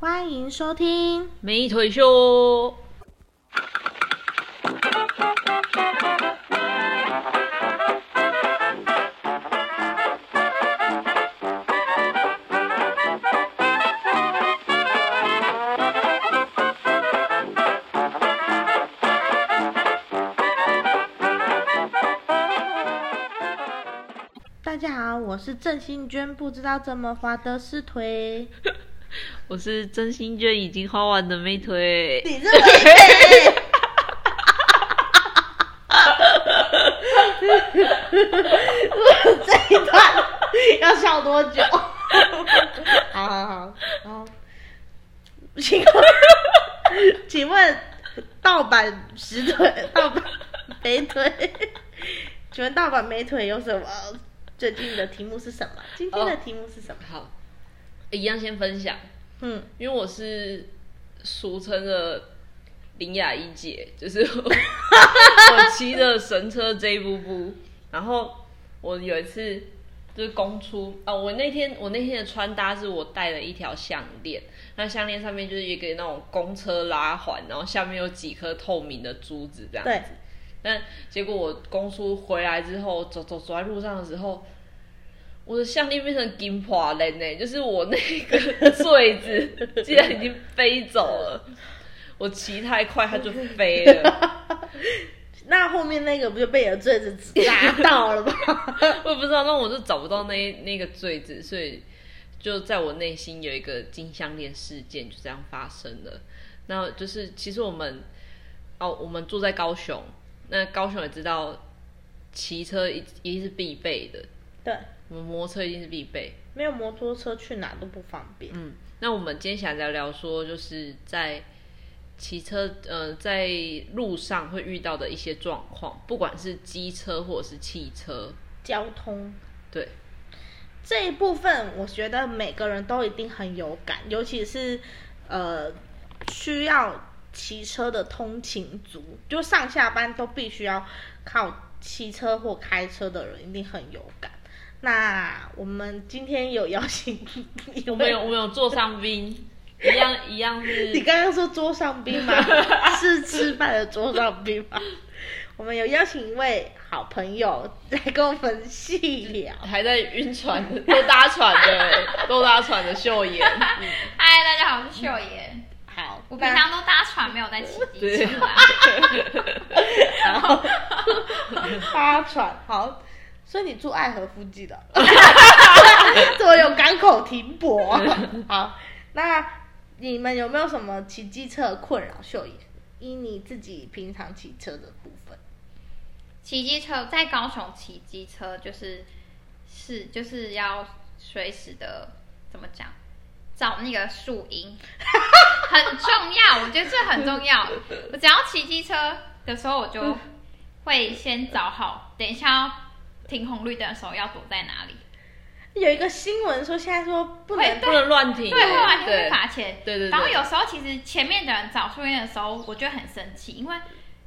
欢迎收听，美腿秀，大家好，我是郑新娟，不知道怎么滑的是腿，我是真心券已经花完的美腿。你这个这一段要笑多久？好好好，好，请问，请问盗版石腿、盗版美腿，请问盗版美腿有什么？最近的题目是什么？今天的题目是什么？好，一样先分享，嗯，因为我是俗称的林雅一姐，就是我我骑着神车 J 步步，然后我有一次就是公出啊，我那天我那天的穿搭是我戴了一条项链，那项链上面就是一个那种公车拉环，然后下面有几颗透明的珠子这样对，但结果我公叔回来之后，走走走在路上的时候，我的项链变成金华链呢，就是我那个坠子竟然已经飞走了。我骑太快，它就飞了。那后面那个不就被你的坠子砸到了吗？我也不知道，那我就找不到那那个坠子，所以就在我内心有一个金项链事件就这样发生了。那就是其实我们哦，我们住在高雄，那高雄也知道骑车一一定是必备的，对，我们摩托车一定是必备。没有摩托车去哪都不方便。嗯，那我们今天想聊聊说，就是在骑车呃在路上会遇到的一些状况，不管是机车或者是汽车，交通对，这一部分，我觉得每个人都一定很有感，尤其是呃需要骑车的通勤族，就上下班都必须要靠骑车或开车的人，一定很有感。那我们今天有邀请 一位我们有我们有座上宾，一样一样你是刚刚说桌上宾吗？ 是吃饭的 桌上宾吗？我们有邀请一位好朋友来跟我们细聊。还在晕船的，都搭船的，都搭船的秀妍，嗨，大家好，我是秀妍。好，我平常都搭船，没有在骑机车啊。然后搭船好，所以你住爱河附近 的，怎么有港口停 泊、好，那你们有没有什么骑机车的困扰？秀妍，以你自己平常骑车的部分，骑机车在高雄骑机车就是是就是要随时的怎么讲，找那个树荫，很重要。我觉得这很重要。我只要骑机车的时候，我就会先找好，等一下要停红绿灯的时候要躲在哪里。有一个新闻说现在说不会能对不能乱停，对，会完全对会罚钱。对对对然后有时候其实前面的人找树荫的时候，我就很生气，因为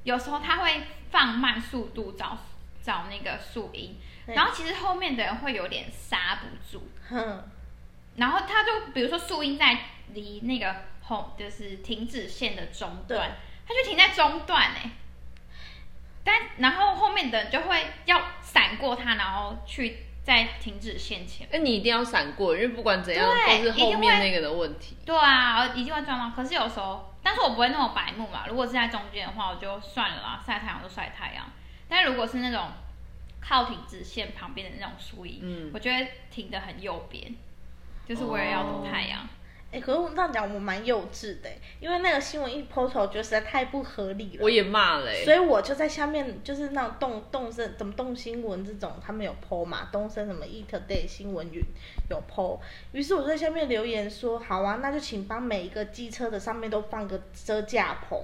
有时候他会放慢速度找找那个树荫，对然后其实后面的人会有点刹不住，哼，然后他就比如说树荫在离那个红就是停止线的中对段，他就停在中段哎、但然后后面的人就会要闪过他，然后去在停止线前面那哎你一定要闪过，因为不管怎样对都是后面那个的问题。对啊，一定会撞到。可是有时候，但是我不会那么白目嘛。如果是在中间的话，我就算了啊啦，晒太阳就晒太阳。但如果是那种靠停止线旁边的那种树荫，嗯我就会停得很右边，就是为了要躲太阳。哎、可是我这样讲我蛮幼稚的、因为那个新闻一抛出来，我觉得实在太不合理了。我也骂了、欸，所以我就在下面，就是那种动动身怎么动新闻这种，他们有 PO 嘛，东森什么 e t o d a y 新闻云有 PO，于是我在下面留言说，好啊，那就请帮每一个机车的上面都放个遮架棚，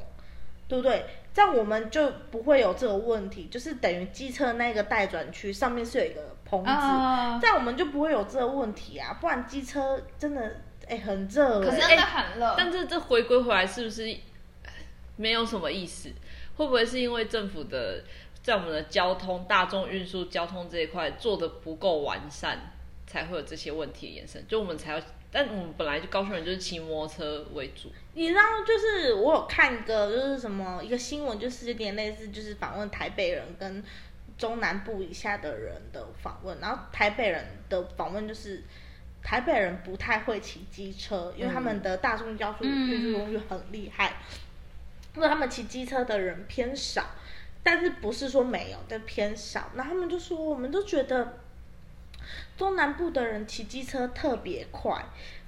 对不对？这样我们就不会有这个问题，就是等于机车那个待转区上面是有一个棚子，哦啊、这样我们就不会有这个问题啊，不然机车真的哎很热、可是哎真的很热。但这这回归回来是不是没有什么意思？会不会是因为政府的在我们的交通、大众运输、交通这一块做的不够完善，才会有这些问题的衍生？就我们才要但我们本来就高雄人就是骑摩托车为主，你知道，就是我有看一个，就是什么一个新闻，就是有点类似，就是访问台北人跟中南部以下的人的访问，然后台北人的访问就是台北人不太会骑机车，因为他们的大众交通运输工具很厉害，因为他们骑机车的人偏少，但是不是说没有，但偏少。那他们就说，我们都觉得中南部的人骑机车特别快，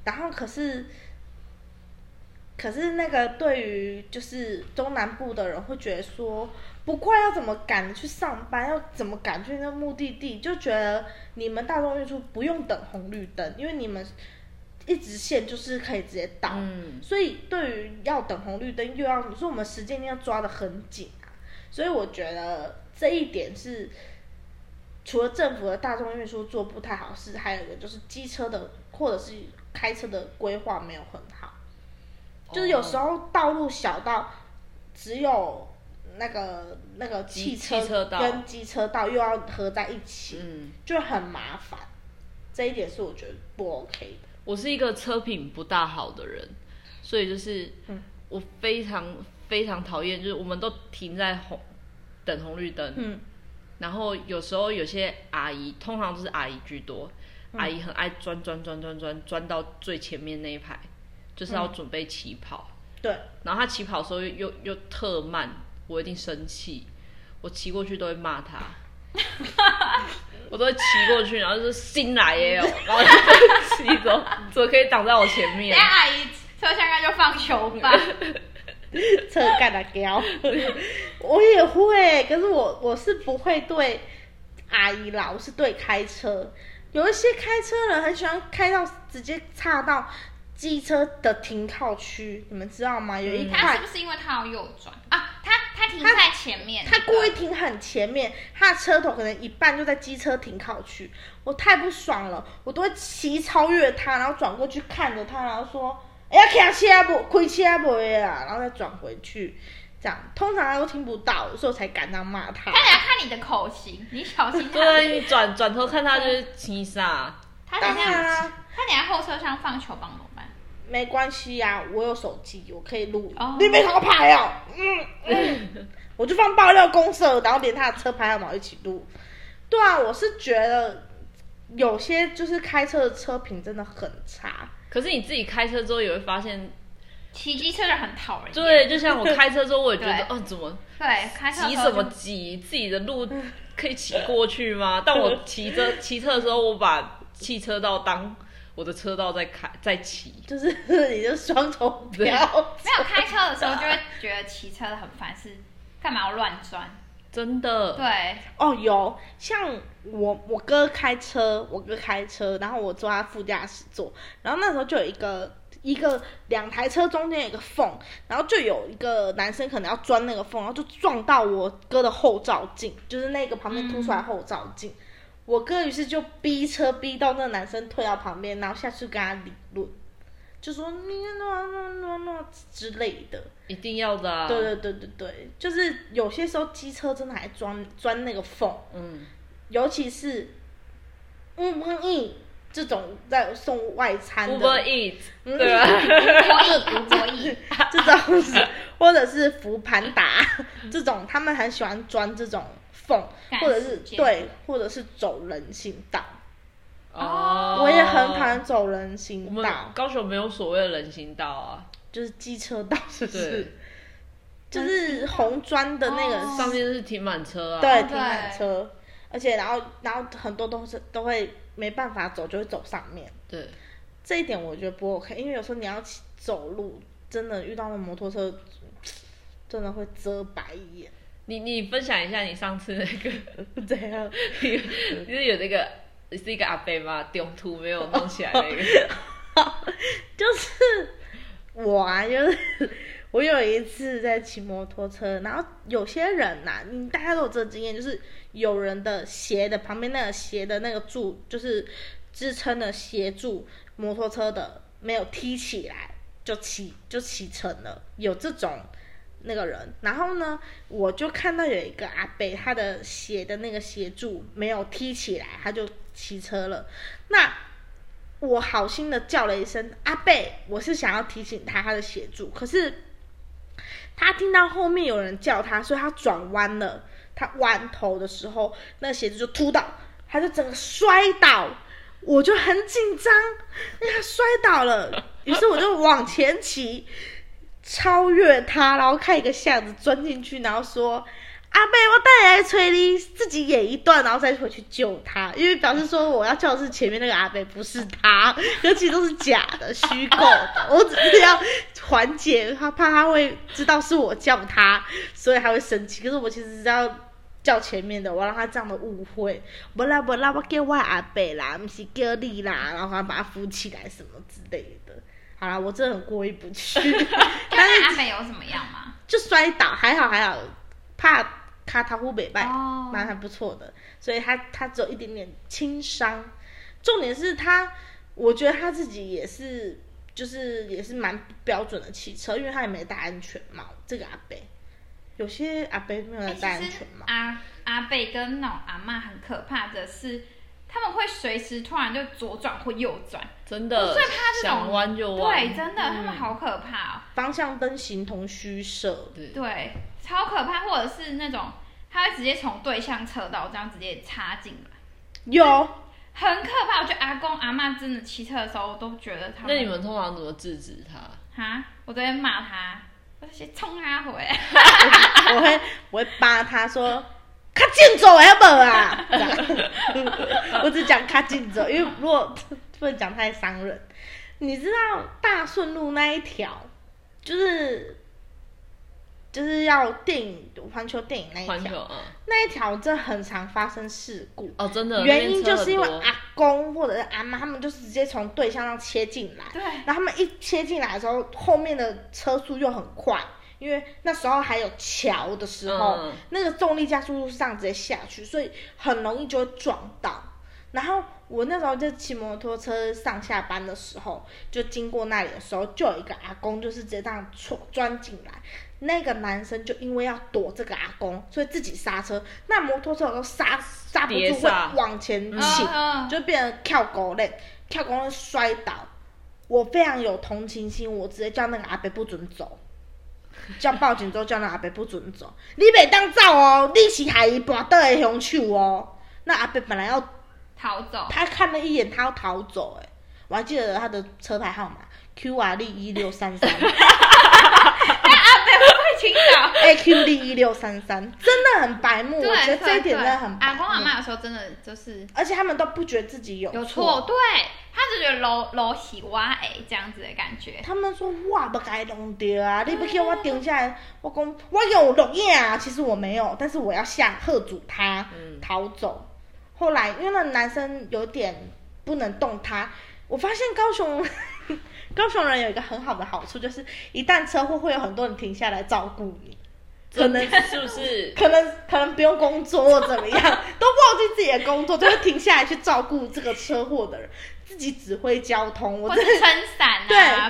然后可是。可是那个对于就是中南部的人会觉得说，不快要怎么赶着去上班，要怎么赶去那目的地，就觉得你们大众运输不用等红绿灯，因为你们一直线就是可以直接到。嗯，所以对于要等红绿灯，又要你说我们时间一定要抓的很紧啊。所以我觉得这一点是，除了政府的大众运输做不太好事，还有一个就是机车的或者是开车的规划没有很好，就是有时候道路小到只有那个那个汽机车汽车道跟机车道又要合在一起，嗯，就很麻烦。这一点是我觉得不 OK 的。我是一个车品不大好的人，所以就是嗯我非常非常讨厌，就是我们都停在红等红绿灯，嗯，然后有时候有些阿姨，通常都是阿姨居多，阿姨很爱钻钻钻钻钻钻到最前面那一排，就是要准备起跑。对。然后她起跑的时候又又又特慢，我一定生气，我骑过去都会骂她。我都会骑过去，然后就说新来耶、哦，然后就骑走，怎么可以挡在我前面 等下？哎阿姨车厢盖就放球 吧，侧干的胶，我也会，可是我我是不会对阿姨啦，我是对开车。有一些开车人很喜欢开到直接岔到机车的停靠区，你们知道吗？有一他块是不是因为他要右转啊？他他停在前面，他故意停很前面，他的车头可能一半就在机车停靠区，我太不爽了，我都会骑超越他，然后转过去看着他，然后说：“哎呀，开车不，开车不呀！”然后再转回去，这样通常他都听不到，所以我才敢这样骂他他。等下看你的口型，你小心他。对，你转转头看她就是骑啥，他等当然下啊啦，他等下后车厢放球棒怎么办？没关系呀、我有手机，我可以录。哦你没考牌哦，嗯嗯， 我就放爆料公社，然后连他的车牌号码一起录。对啊，我是觉得有些就是开车的车评真的很差。可是你自己开车之后也会发现，骑机车的人很讨人厌，对，就像我开车之后，我也觉得，对哦，怎么对，开车的急时候什么就急？自己的 路可以骑过去吗？但我骑车骑车的时候，我把汽车道当我的车道在开在骑。就是 你就双重标，没有开车的时候就会觉得骑车很烦，是干嘛要乱钻？真的，对，哦，有像我我哥开车，我哥开车，然后我坐他副驾驶座，然后那时候就有一个一个两台车中间有一个缝，然后就有一个男生可能要钻那个缝，然后就撞到我哥的后照镜，就是那个旁边凸出来后照镜。我哥于是就逼车逼到那个男生退到旁边，然后下去跟他理论，就说你那那那那之类的。一定要的、啊。对对对对对，就是有些时候机车真的还钻钻那个缝，嗯，尤其是嗯嗯嗯这种在送外餐 u b e 的 Eat，嗯对吧？博弈，博弈， 这种是，或者是福盘达这种，他们很喜欢钻这种缝，赶或者是时间对，或者是走人行道。哦我也很讨厌走人我行们道，高雄没有所谓的人行道啊，就是机车道，是不对是？就是红砖的那个哦上面就是停满车啊。对，对停满车，而且然后然后很多都是都会没办法走，就会走上面。对，这一点我觉得不 OK，因为有时候你要骑走路，真的遇到那摩托车，真的会遮白眼。你你分享一下你上次那 个怎 样？就是有那个是一个阿伯嘛，丢图没有弄起来 那个，就是 我啊，就是我有一次在骑摩托车，然后有些人呐、你大家都有这个经验，就是有人的鞋的旁边那个鞋的那个柱，就是支撑的鞋柱，摩托车的没有踢起来，就骑就骑成了，有这种。那个人，然后呢，我就看到有一个阿伯，他的鞋的那个鞋柱没有踢起来，他就骑车了。那我好心的叫了一声阿贝，我是想要提醒他他的协助，可是他听到后面有人叫他，所以他转弯了。他弯头的时候，那鞋子就突到，他就整个摔倒，我就很紧张，因为他摔倒了，于是我就往前骑，超越他，然后看一个巷子钻进去，然后说。阿贝，我带你来催你，自己演一段，然后再回去救他，因为表示说我要叫的是前面那个阿贝，不是他，尤其都是假的、虚构的。我只是要缓解他，怕他会知道是我叫他，所以他会生气。可是我其实是要叫前面的，我要让他这样的误会。不啦不啦，我叫我阿贝啦，不是叫你啦，然后还把他扶起来什么之类的。好啦，我真的很过意不去， 但是阿北有怎么样吗？就摔倒，还好还好，怕卡塔呼北拜。哦，蛮还不错的，所以他他只有一点点轻伤，重点是他，我觉得他自己也是，就是也是蛮标准的汽车，因为他也没戴安全帽。这个阿贝，有些阿贝没有哎戴安其实全帽，阿阿贝跟那种阿嬷很可怕的是，他们会随时突然就左转或右转，真的最怕这种想弯就弯，啊对，真的、他们好可怕哦，方向灯形同虚设。对对，超可怕，或者是那种他会直接从对向车道这样直接插进来，有，很可怕。我觉得阿公阿嬷真的骑车的时候，我都觉得他那你们通常怎么制止他？哈，我昨天骂他，我先冲他 回来。我会我会扒他说。卡进走还不啊！ 这样我只讲卡进走，因为如果不能讲太伤人。你知道大顺路那一条，就是就是要电影环球电影那一环条，球啊，那一条真的很常发生事故。哦，真的，原因那边就车是因为很多阿公或者是阿妈，他们就是直接从对向上切进来，对，然后他们一切进来的时候，后面的车速又很快，因为那时候还有桥的时候，嗯那个重力加速度是这样直接下去，所以很容易就会撞到。然后我那时候就骑摩托车上下班的时候，就经过那里的时候，就有一个阿公就是直接这样戳钻进来。那个男生就因为要躲这个阿公，所以自己刹车，那摩托车有时候刹刹不碟住会刹往前嗯倾，嗯就变成跳狗类，跳狗类摔倒。我非常有同情心，我直接叫那个阿伯不准走，叫报警之后叫那个阿伯不准走，你袂当走哦，你是害伊跋倒的凶手哦。那阿伯本来要逃 走，他看了一眼，他要逃走、哎，我还记得他的车牌号码 QRD 一六三三哎啊会听到。 ，AQD 一六三三， 真的很白目，对我觉得对这一点对啊真的很白阿公阿目，妈有时候真的就是而且他们都不觉得自己有有错，对他只觉得楼楼喜哇哎这样子的感觉，他们说我不该弄掉啊，你不叫嗯我停下来，我讲我有录影啊，其实我没有，但是我要吓吓阻他嗯逃走。后来因为那男生有点不能动他，我发现高雄高雄人 有一个很好的好处，就是一旦车祸会有很多人停下来照顾你。可能真的是不是？可能可能不用工作或怎么样， 都忘记自己的工作，就会停下来去照顾这个车祸的人，自己指挥交通。我或真的是撑伞 啊，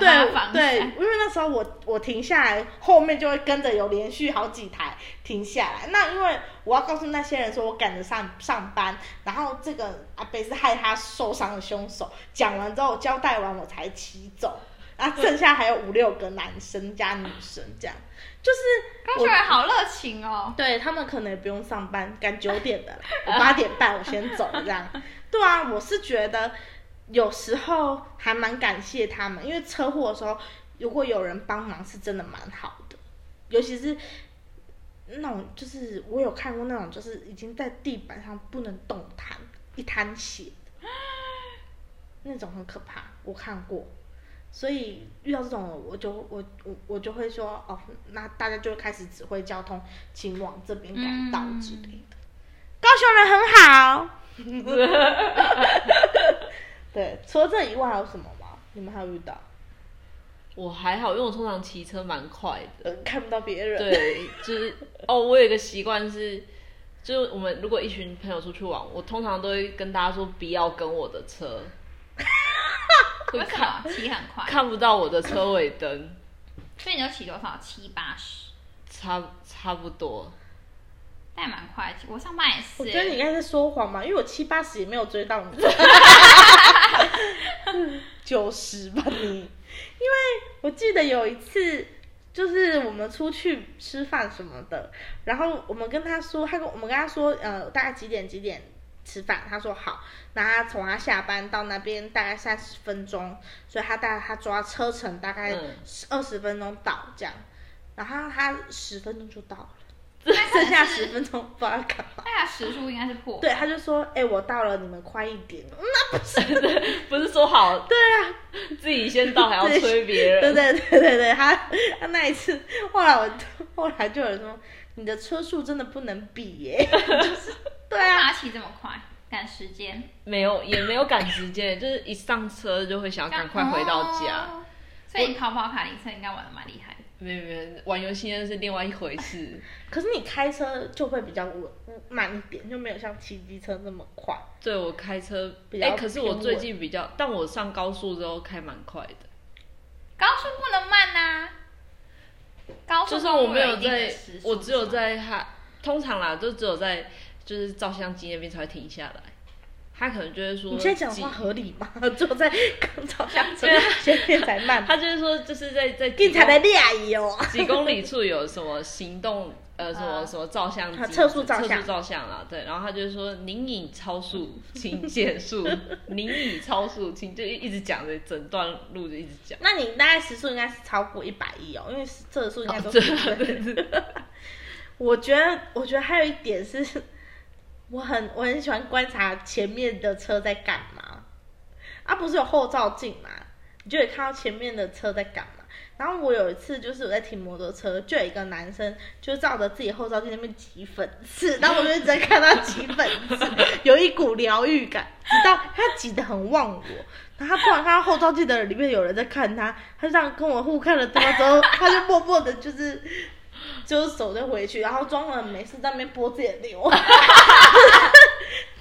对对帮他防对，伞，因为那时候我我停下来，后面就会跟着有连续好几台停下来。那因为我要告诉那些人说我赶着上上班，然后这个阿北是害他受伤的凶手。讲完之后交代完我才骑走，然后剩下还有五六个男生加女生这样，就是高我雄人好热情哦，对他们可能也不用上班，赶九点 的啦，我八点半我先走这样。对啊，我是觉得有时候还蛮感谢他们，因为车祸的时候如果有人帮忙是真的蛮好的，尤其是那种就是我有看过那种就是已经在地板上不能动弹，一滩血的那种很可怕，我看过。所以遇到这种，我就我我我就会说哦，那大家就会开始指挥交通，请往这边赶道之类的。高雄人很好。 对，除了这以外还有什么吗？你们还有遇到？我还好，因为我通常骑车蛮快的。呃，看不到别人。，对，就是哦，我有一个习惯是，就是我们如果一群朋友出去玩，我通常都会跟大家说不要跟我的车，会为什看么骑很快？看不到我的车尾灯，所以你就骑多少？七八十，差差不多。但蛮快的。我上班也是欸，我觉得你应该在说谎嘛，因为我七八十也没有追到你。九十吧你，因为我记得有一次。就是我们出去吃饭什么的，然后我们跟他说，他跟我们跟他说，呃，大概几点几点吃饭，他说好，那他从他下班到那边大概三十分钟，所以他大概他抓车程大概嗯二十分钟到这样，然后他十分钟就到了，剩剩下十分钟不知道干嘛。大概时速应该是破，对，他就说，哎、我到了，你们快一点。嗯那不是，不是说好对啊，自己先到还要催别人？嗯对对对对对，他他那一次，后来我后来就有人说，你的车速真的不能比 耶、就是对啊，他骑这么快，赶时间，没有也没有赶时间，就是一上车就会想要赶快回到家。哦。所以你跑跑卡丁车应该玩的蛮厉害的，没有没有，玩游戏那是另外一回事。可是你开车就会比较稳慢一点，就没有像骑机车那么快。对我开车，比较哎、可是我偏稳最近比较，但我上高速之后开蛮快的。高速不能慢呐、高速就算公我路没有一定的在时，速我只有是吗在他通常啦，就只有在就是照相机那边才会停下来。他可能就会说，你现在讲话合理吗？坐在刚照相车对啊前面才慢，他就是说就是在在你几才公来俩姨哦。几公里处有什么行动呃什么啊什么照相啊机测速照测相速照相啊，对，然后他就说您已超速，请减速， 您已超速，请就一直讲着整段路就一直讲。那你大概时速应该是超过一百一哦，因为这速应该都对是、哦 对对，我觉得，我觉得还有一点是， 我很我很喜欢观察前面的车在干嘛。啊，不是有后照镜嘛，你就会看到前面的车在干嘛。然后我有一次就是我在停摩托车，就有一个男生就照着自己后照镜那边挤粉刺，然后我就一直在看他挤粉刺， 有一股疗愈感，直到他挤得很忘我。然后他突然看到后照镜的里面有人在看他，他这样跟我互看了多之后， 他就默默的就是就是手就回去，然后装了没事在那边拨自己的流。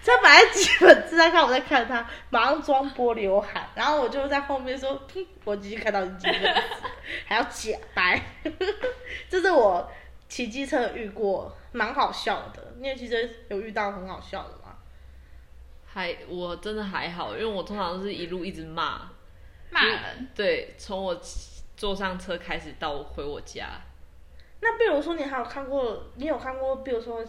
他本来基本是在看我在看他，马上装拨刘海，然后我就在后面说， 哼我继续看到你基本还要假白， 这是我骑机车遇过蛮好笑的。你有骑车有遇到很好笑的吗？还我真的还好，因为我通常都是一路一直骂，骂人，对，从我坐上车开始到我回我家，那比如说你还有看过，你有看过，比如说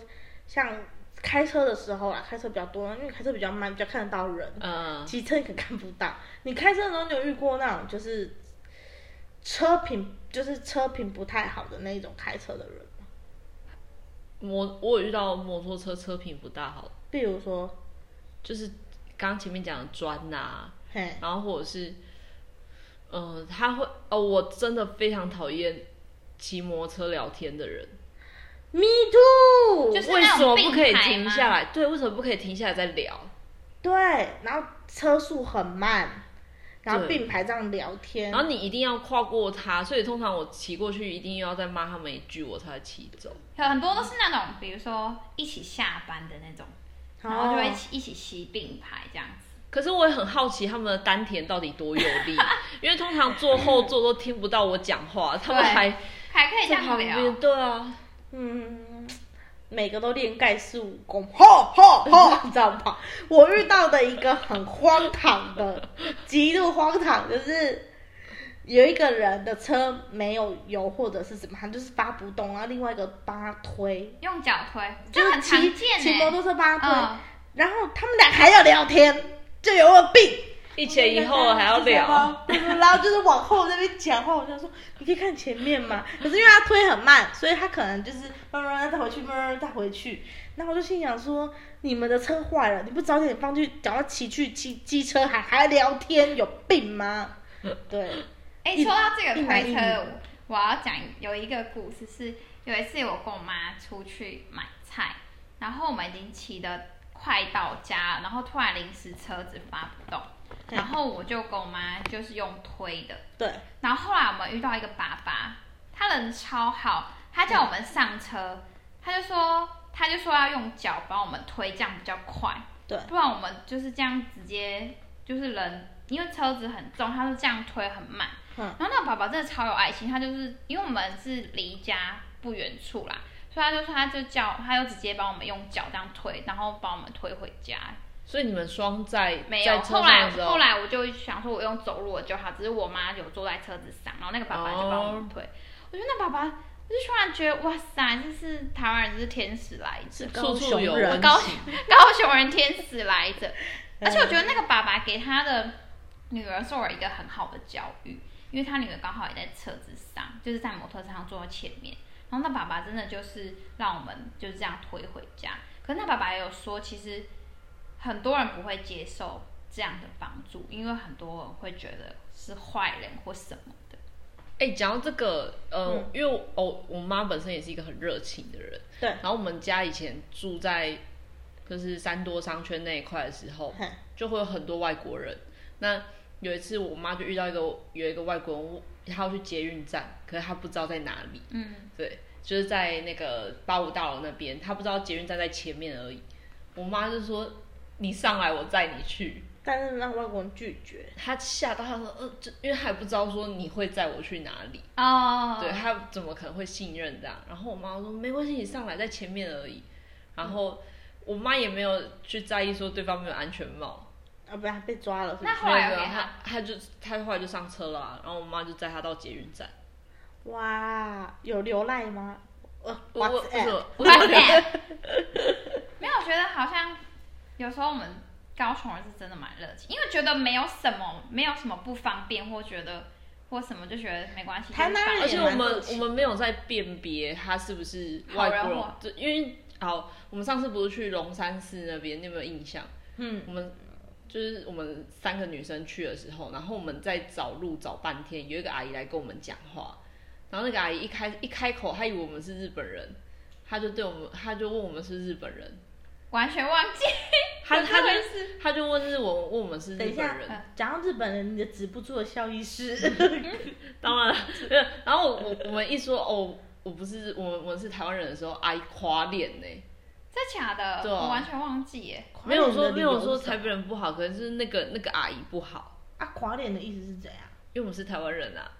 像开车的时候啦，开车比较多，因为开车比较慢，比较看得到人。嗯，骑车你可看不到。你开车的时候，你有遇过那种就是车品就是车品不太好的那一种开车的人吗？摩我有遇到摩托车车品不大好，比如说，就是刚刚前面讲的砖呐、啊嘿，然后或者是，呃，他会哦，我真的非常讨厌骑摩托车聊天的人。 Me too，就是为那什么种不可以停吗下来？对，为什么不可以停下来再聊？对，然后车速很慢，然后对并排这样聊天然，后你一定要跨过他，所以通常我骑过去一定要再骂他们一句，我才会骑走。有很多都是那种，比如说一起下班的那种，然后哦就哦会一起一起骑并排这样子。可是我也很好奇他们的丹田到底多有力， 因为通常坐后座都听不到我讲话，他们对还还可以这在样旁聊，边。对啊，嗯，每个都练盖世武功， 吼吼吼，你知道吗？我遇到的一个很荒唐的，极度荒唐，就是有一个人的车没有油或者是怎么，他就是发不动，然后另外一个帮他推，用脚推，就这是很常骑见骑摩欸。托车帮他推，嗯，然后他们俩还要聊天，就有没有病？一前一后还要聊。对对对然后就是往后那边讲话，我就说你可以看前面嘛。可是因为他推很慢，所以他可能就是慢慢慢再回去，慢慢再回去。然后我就心想说，你们的车坏了，你不早点放去，赶快骑去骑机车还还聊天，有病吗？对，哎、一说到这一个男推一车女的，我我要讲有一个故事是，有一次我跟我妈出去买菜，然后我们已经骑的快到家了，然后突然临时车子发不动，嗯然后我就跟我妈就是用推的，对，然后后来我们遇到一个爸爸，他人超好，他叫我们上车，他就说他就说要用脚帮我们推，这样比较快。对不然我们就是这样直接就是人，因为车子很重，他就这样推很慢。嗯然后那个爸爸真的超有爱心，他就是因为我们是离家不远处啦，所以他就说他就叫他就直接帮我们用脚这样推，然后帮我们推回家。所以你们双载没在有，车后上来的时候后来我就想说，我用走路的就好，只是我妈有坐在车子上，然后那个爸爸就帮我们哦推。我觉得那爸爸，我就突然觉得，哇塞，这是台湾人，这是天使来着，高处雄处有人温高情，高雄 人天使来着。嗯而且我觉得那个爸爸给他的女儿受了一个很好的教育，因为他女儿刚好也在车子上，就是在摩托车上坐在前面。然后那爸爸真的就是让我们就是这样推回家。可是那爸爸也有说，其实很多人不会接受这样的帮助，因为很多人会觉得是坏人或什么的。哎、讲到这个，呃，嗯因为我哦，我妈本身也是一个很热情的人，对然后我们家以前住在就是三多商圈那一块的时候，嘿就会有很多外国人。那有一次，我妈就遇到一个有一个外国人，他要去捷运站，可是他不知道在哪里，嗯，对，就是在那个八五大楼那边，他不知道捷运站在前面而已。我妈就说：“你上来，我载你去。”但是让外国人拒绝，他吓到，他说：“呃，这因为还不知道说你会载我去哪里。”哦，对他怎么可能会信任这样？然后我妈说没关系，你上来在前面而已。然后嗯我妈也没有去在意说对方没有安全帽，啊，不然被抓了是不那是？后来有没有给他她她就她后来就上车了啊、然后我妈就载她到捷运站。哇，有流赖吗？呃我我为什，WhatsApp，么为什么没有，我觉得好像有时候我们高雄人是真的蛮热情，因为觉得没有什么，没有什么不方便，或觉得或什么就觉得没关系。台南人而且我也蛮们客气我的啊们没有在辨别他是不是好外人国人或，就因为好，我们上次不是去龙山寺那边，你有没有印象？嗯，我们就是我们三个女生去的时候，然后我们在找路找半天，有一个阿姨来跟我们讲话，然后那个阿姨一开一开口，她以为我们是日本人，她就对我们，她就问我们是不是日本人，完全忘记，她她就真的是她就问日文，问我们是等日一本下人，讲到日本人，你的止不住的笑意是，当然了， 没有然后我我们一说哦，我不是我们我们是台湾人的时候，阿姨垮脸呢、这假的，对啊我完全忘记耶。没有说垮脸的理由没有说是什么台北人不好，可能是那个那个阿姨不好，啊，垮脸的意思是怎样？因为我们是台湾人啊。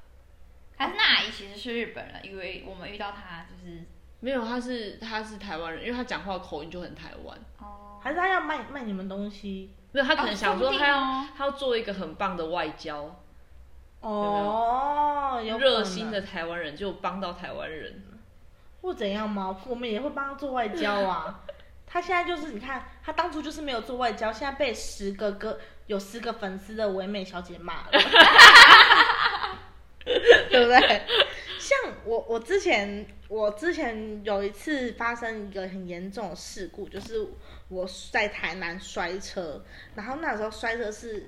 还是那阿姨其实是日本人，以为我们遇到她就是没有，他是他是台湾人，因为他讲话口音就很台湾。哦，还是他要卖卖你们东西？没有，他可能想说哦他要、说不定哦他要做一个很棒的外交，哦，有可能热心的台湾人就帮到台湾人。或怎样吗？我们也会帮他做外交啊。他现在就是你看，他当初就是没有做外交，现在被十个哥有十个粉丝的唯美小姐骂了，对不对？像我，我之前我之前有一次发生一个很严重的事故，就是我在台南摔车，然后那时候摔车是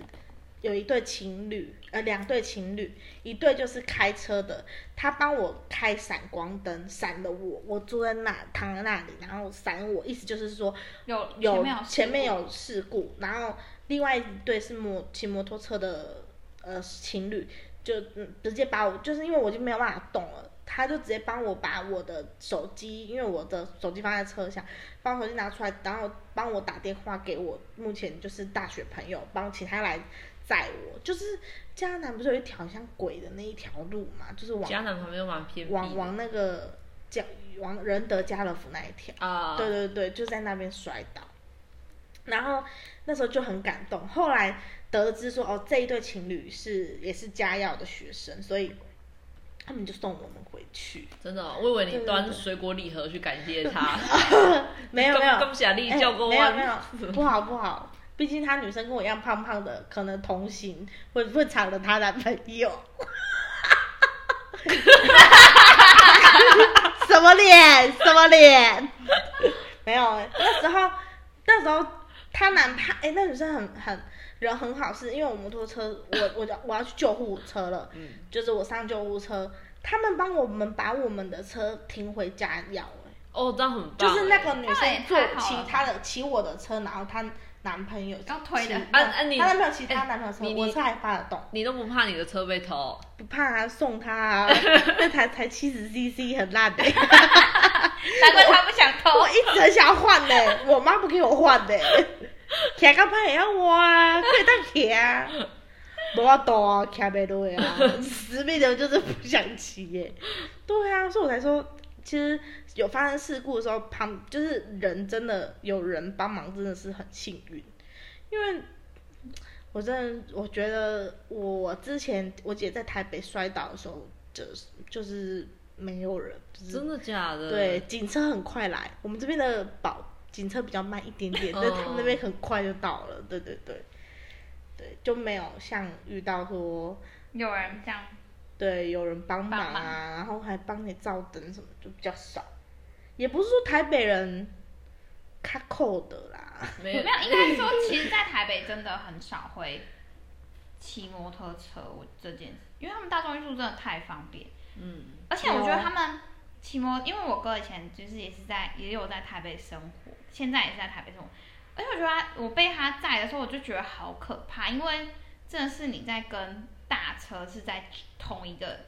有一对情侣，呃，两对情侣，一对就是开车的，他帮我开闪光灯，闪了我，我坐在那躺在那里，然后闪我，意思就是说有有前面有前面事故有事故，然后另外一对是摩骑摩托车的呃情侣，就、嗯直接把我，就是因为我已经没有办法动了，他就直接帮我把我的手机，因为我的手机放在车上，帮我手机拿出来，然后帮我打电话给我目前就是大学朋友，帮请他来载我，就是江南不是有一条像鬼的那一条路嘛，就是往嘉南旁边又蛮偏僻往的往那个江往仁德家乐福那一条。啊，对对对，就在那边摔倒。然后那时候就很感动，后来得知说哦，这一对情侣是也是嘉耀的学生，所以他们就送我们回去。真的哦、我以为对你对端对水果礼盒去感谢他，没 有没有，恭喜啊，力哎叫过没有没万， 有，不好不好，毕竟她女生跟我一样胖胖的，可能同行会会抢了她男朋 友。什么脸？什么脸？没有，那时候那时候她男她哎、那女生很很人很好，是因为我摩托车，我我就我要去救护车了，嗯就是我上救护车，他们帮我们把我们的车停回家要、哎哦，这样很棒，就是那个哎女那也生太坐好了骑吧她的骑我的车，然后她男朋友要推的骑啊啊你她男朋友骑她哎男朋友车，你我你车还发得动，你都不怕你的车被偷，不怕啊，送她啊，那台才七十 CC 很烂的、难怪他不想偷我。一直很想换呢、我妈不给我换呢、欸，骑到歹也要我啊，可以当骑啊，无法度啊，骑袂落啊，死命的就是不想骑耶、对啊，所以我才说，其实有发生事故的时候，旁就是人真的有人帮忙，真的是很幸运。因为我真的我觉得我之前我姐在台北摔倒的时候，就是就是没有人，就是真的假嗯的？对，，警车很快来，我们这边的保警车比较慢一点哦点，但他们那边很快就到了。对对对，对就没有像遇到说有人这样，对有人帮忙啊，帮忙然后还帮你照灯什么，就比较少。也不是说台北人卡扣的啦，没没有，有应该说，其实，在台北真的很少会骑摩托车，我这件事，因为他们大众运输真的太方便，嗯，而且我觉得他们骑摩，因为我哥以前就是也是在也有在台北生活，现在也是在台北生活，而且我觉得他我被他载的时候，我就觉得好可怕，因为真的是你在跟大车是在同一个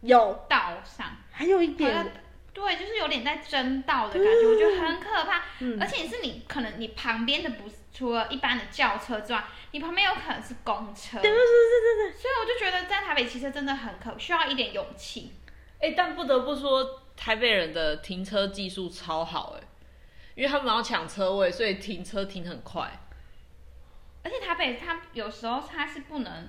有道上，还有一好像点，对，就是有点在争道的感觉，我觉得很可怕。嗯而，且是你可能你旁边的不是除了一般的轿车之外，你旁边有可能是公车，对对对对对对，所以我就觉得在台北骑车真的很可需要一点勇气。哎、但不得不说，台北人的停车技术超好哎、因为他们要抢车位，所以停车停很快。而且台北它有时候它是不能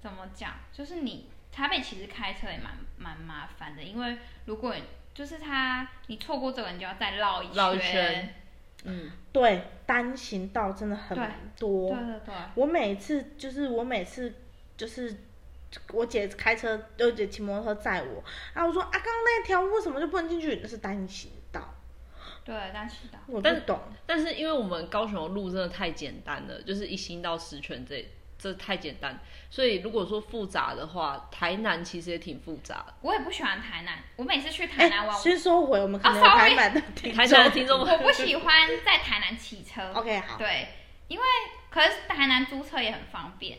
怎么讲，就是你台北其实开车也蛮蛮麻烦的，因为如果你就是它你错过这个，你就要再绕一绕一圈嗯，对单行道真的很对多，对对对，我每次就是我每次就是我姐开车，我姐骑摩托车载我，啊，我说啊，刚刚那条为什么就不能进去？那是单行道，对，但是的，我不但懂。但是因为我们高雄的路真的太简单了，就是一心到十全这这太简单，所以如果说复杂的话，台南其实也挺复杂的。我也不喜欢台南，我每次去台哎南玩，，先说回我们可能啊有，sorry 台版的听台众南的听 众我不喜欢在台南骑车。 ，OK，好，对，因为可是台南租车也很方便，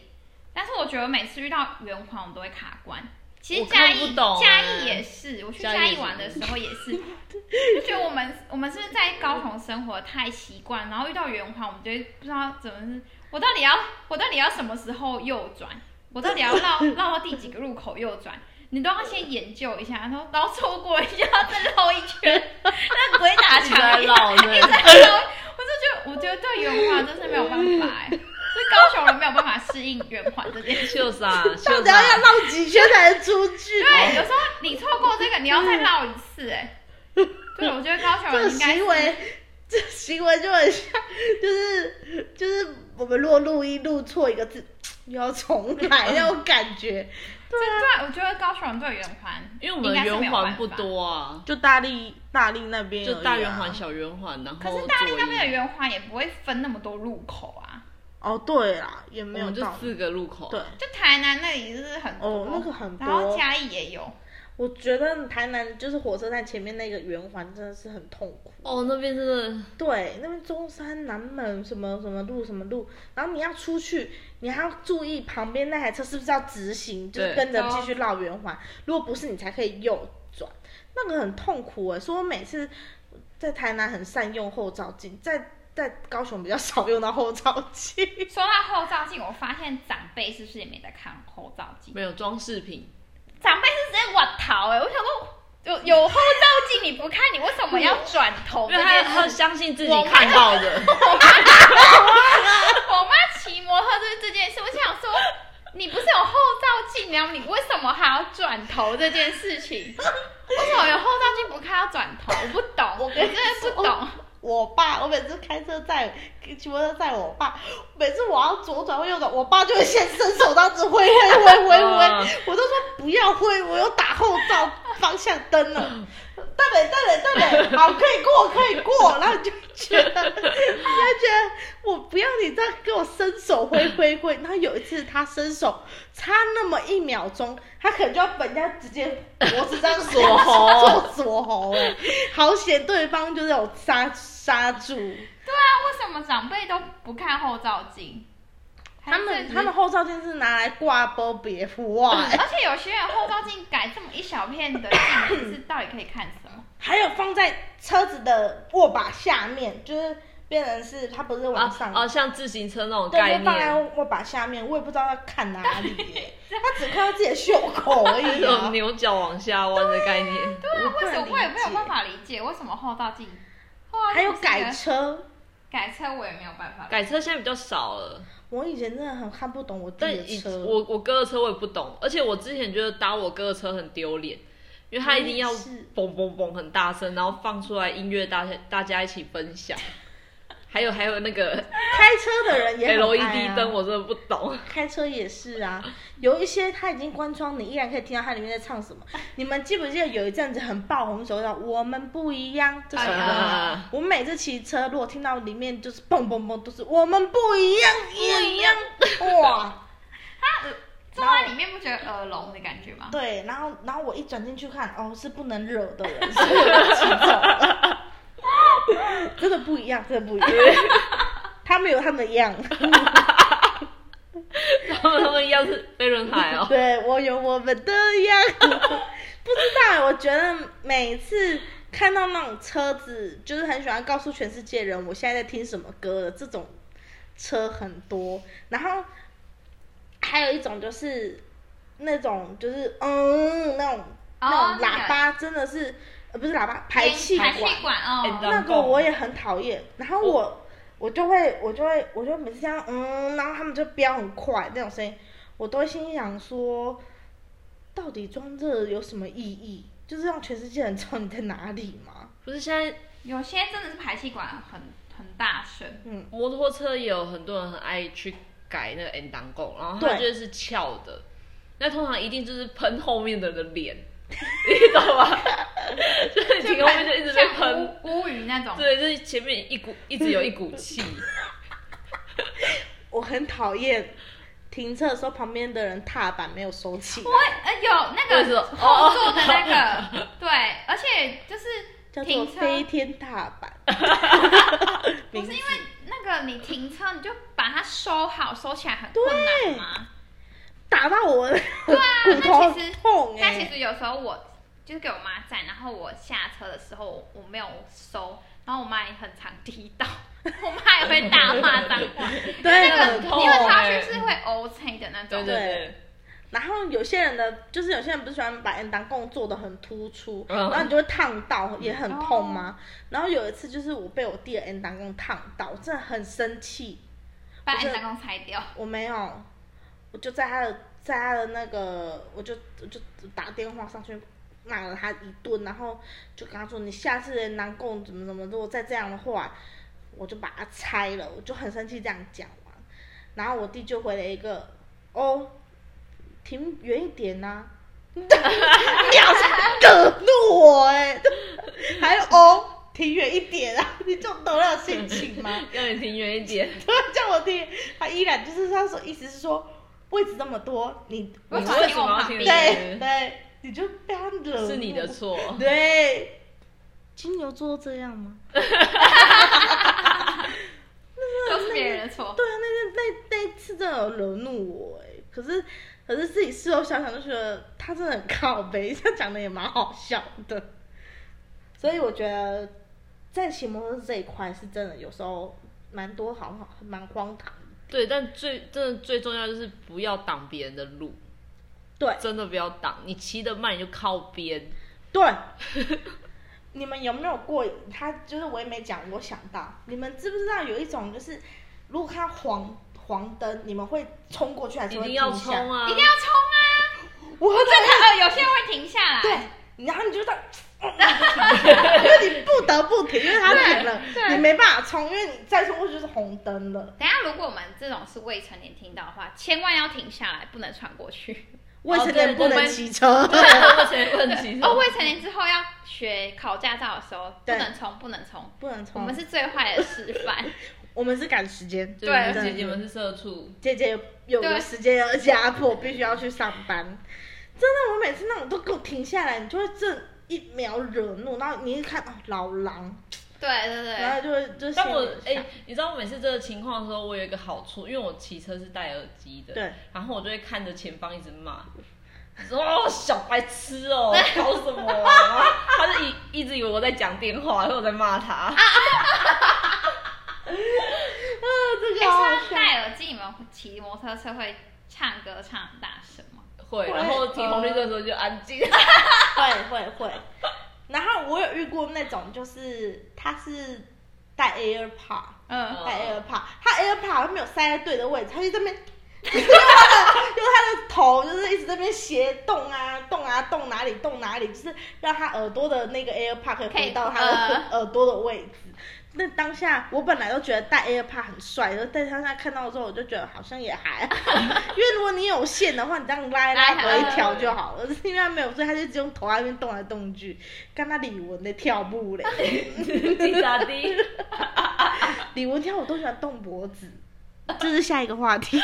但是我觉得每次遇到圆环我都会卡关。其实我嘉看不义，懂嘉欸义也是，我去嘉嘉义义是玩的时候也 是，就觉得我们我们是不是在高雄生活太习惯，然后遇到圆环，我们就会不知道怎么是，我到底要我到底要什么时候右转，我到底要 绕绕到第几个路口右转。你都要先研究一下，然后然后错过一下，再绕一圈， 那鬼打一直在墙一样。绕，对一直在高，我就觉得，我觉得对圆环真是没有办法哎、就高雄人没有办法适应圆环这件事。秀 啥到秀底要啥要，绕几圈才能出去？哎对，有时候你错过这个，你要再绕一次哎、对，我觉得高雄这个人应该行为，啊这个行为就很像，就是就是我们若录音录错一个字，又要重来那种感觉，对对，我觉得高雄人对圆环，因为我们圆环不。多啊，就大力大力那边就大圆啊环、小圆环，然可后是大力那边的圆环也不会分那么多路口啊，哦，对啦，也没有我们就到四个路口，对。就台南那里就是很多，哦那个很多然后嘉义也有，我觉得台南就是火车站前面那个圆环真的是很痛苦。哦，那边真的对，那边中山南门什么什么路什么路，然后你要出去，你还要注意旁边那台车是不是要直行，就是对跟着继续绕圆环。如果不是，你才可以右转，那个很痛苦哎、所以我每次在台南很善用后照镜，在在高雄比较少用到后照镜。说到后照镜，我发现长辈是不是也没在看后照镜？没有装饰品，长辈是直接我逃哎、欸，我想说有有后照镜你不看，你为什么要转头哦因这为他件他事？相信自己看到的， 我妈骑摩托就是这件事，我想说你不是有后照镜，然后你为什么还要转头这件事情？为什么有后照镜不看要转头？我不懂， 我真的不懂。我爸，我每次开车载骑摩托车载我爸，每次我要左转或右转，我爸就会先伸手这样子挥挥挥挥 嗯挥，我都说不要挥，我有打后照方向灯了，大磊大磊大磊，好可以过可以过，然后你就觉得，你就觉得我不要你这样给我伸手挥挥挥，然后有一次他伸手差那么一秒钟，他可能就要本家直接脖子这样锁锁喉做锁喉哎，好险对方就是有刹刹住，对啊，为什么长辈都不看后照镜？他还是们只他们后照镜是拿来挂包别户外、 而且有些人后照镜改这么一小片的镜，是到底可以看什么？还有放在车子的握把下面，就是变成是它不是往 啊上，啊，像自行车那种对，概就放在念，握把下面，我也不知道要看哪里 耶、他只看到自己的袖口而 那已、种啊。牛角往下弯的概念，对啊，不为什能么我也没有理解办法理解为什么后照镜？后照镜还有是一个改车，改车我也没有办啊法。改车现在比较少了，我以前真的很看不懂我自但己以的车，我我哥的车我也不懂，而且我之前觉得搭我哥的车很丢脸，因为他一定要我也是嘣嘣嘣很大声，然后放出来音乐，大家大家一起分享。还有还有那个开车的人也很爱 LED 啊 E 灯，我真的不懂。 开车也是啊，有一些它已经关窗，你依然可以听到它里面在唱什么。你们记不记得有一阵子很爆红一首叫《我们不一样》这首歌？哎呀我每次骑车，如果听到里面就是蹦蹦蹦，都是我们不一样，一样哇！坐在里面不觉得耳聋的感觉吗？对，然后然后我一转进去看，哦，是不能惹的人，所以我就骑走了。 真的不一样，真的不一样，他们有他们的样。他们他们一样是飞轮 海哦，对我有我们的样，不知道欸我觉得每次看到那种车子，就是很喜欢告诉全世界人我现在在听什么歌的这种车很多，然后还有一种就是那种就是嗯那种、那种那喇个叭真的是呃不是喇叭排气排管，气管哎哦，那个我也很讨厌，然后我我就会我就会我就每次这样嗯，然后他们就飙很快那种声音，我都会心想说，到底装这有什么意义？就是让全世界人知道你在哪里吗？不是现在有些真的是排气管很很大声，摩托车也有很多人很爱去改那个 N 档拱，然后它对就是翘的，那通常一定就是喷后面的人的 脸，你懂吗？就是你停后面就一直被像喷，乌乌云那种，对，就是前面一股一直有一股 气，我很讨厌停车的时候旁边的人踏板没有收起来我，呃有那为什么个哦后座的那个， 对，而且就是叫做停车，飞天踏 板。不名是字因为那个你停车你就把它收好，收起来很困难吗？打到我的啊 骨头那其很实痛但哎、其实有时候我就是给我妈载，然后我下车的时候我我没有收，然后我妈也很常踢到， 我妈也会大骂脏话， 对，那个很痛哎因为她她欸就是会 O C 的那对种，对对，然后有些人的，就是有些人不是喜欢把 N 当供做的很突出，嗯然后你就会烫到，也很痛吗？然后有一次就是我被我弟的 N 当供烫到，我真的很生气。把不是 N 弹弓拆掉。我没有，我就在他的在他的那个，我就我就打电话上去骂了他一顿，然后就跟他说你下次 N 当供怎么怎么，如果再这样的话，我就把它拆了。我就很生气这样讲完，然后我弟就回了一个哦，停远一点呐、啊秒惹怒我哎、还有哦，停远一点啊！你就得了性情 吗？让你停远一点，突然 叫我弟，他依然就是他说意思是说位置那么多，你你为什为什么要么停你对远一点？对，你就被他惹怒是你的错，对。金牛座这样吗？都是别人的哦错。对啊，那那那那一次真的有惹怒我哎、可是可是自己事后想想就觉得他真的很靠背，他讲的也蛮好笑的，所以我觉得在骑摩托车这一块是真的有时候蛮多好好蛮荒唐的。对，但最真的最重要就是不要挡别人的路，对真的不要挡，你骑得慢你就靠边，对，你们有没有过？他就是我也没讲，我想到你们知不知道有一种就是，如果看到黄黄灯，你们会冲过去还一是会定停要下？冲啊，一定要冲啊！我很真的，呃，有些人会停下来。对，然后你就在，因为你不得不停，因为他停了，对你没办法冲，因为你再冲过去就是红灯了。等一下，如果我们这种是未成年听到的话，千万要停下来，不能穿过 去。未成年不对我能们骑车， 我谁问题？哦，未成年之后要学考驾照的时候，不对能冲，不能冲。不能我冲。们是最坏的示范。我们是赶时间，对，而对且你们是社畜，姐姐有有对时间而且压迫，必须要去上班。真的，我每次那种都给我停下来，你就会这一秒惹怒，然后你一看哦老狼，对对然后对，就会就但我心哎、里想你知道我每次这个情况的时候，我有一个好处，因为我骑车是戴耳机的，对，然后我就会看着前方一直骂，说哦小白痴哦，搞什么啊？然后他就一一直以为我在讲电话，然后我在骂他，啊这哎，个好像笑。戴耳机，你们骑摩托车会唱歌唱很大声吗？会，然后停红绿灯的时候就安静， 会会会。然后我有遇过那种，就是他是带 AirPod，嗯，带哦 AirPod，他 AirPod 他没有塞在对的位置，他就这边 用他的用他的头就是一直这边斜动啊动啊动哪里动哪里，就是让他耳朵的那个 AirPod 可以可以回到他的呃耳朵的位置。那当下我本来都觉得戴 AirPod 很帅，然后但是当下看到之后，我就觉得好像也还 好，因为如果你有线的话，你这样拉一拉拉合一合条就好了。嗯是因为他没有，所以他就只用头在那边动来动去，跟他李玟的跳舞 嘞，滴答滴， 李玟跳舞都喜欢动脖 子，这是下一个话 题。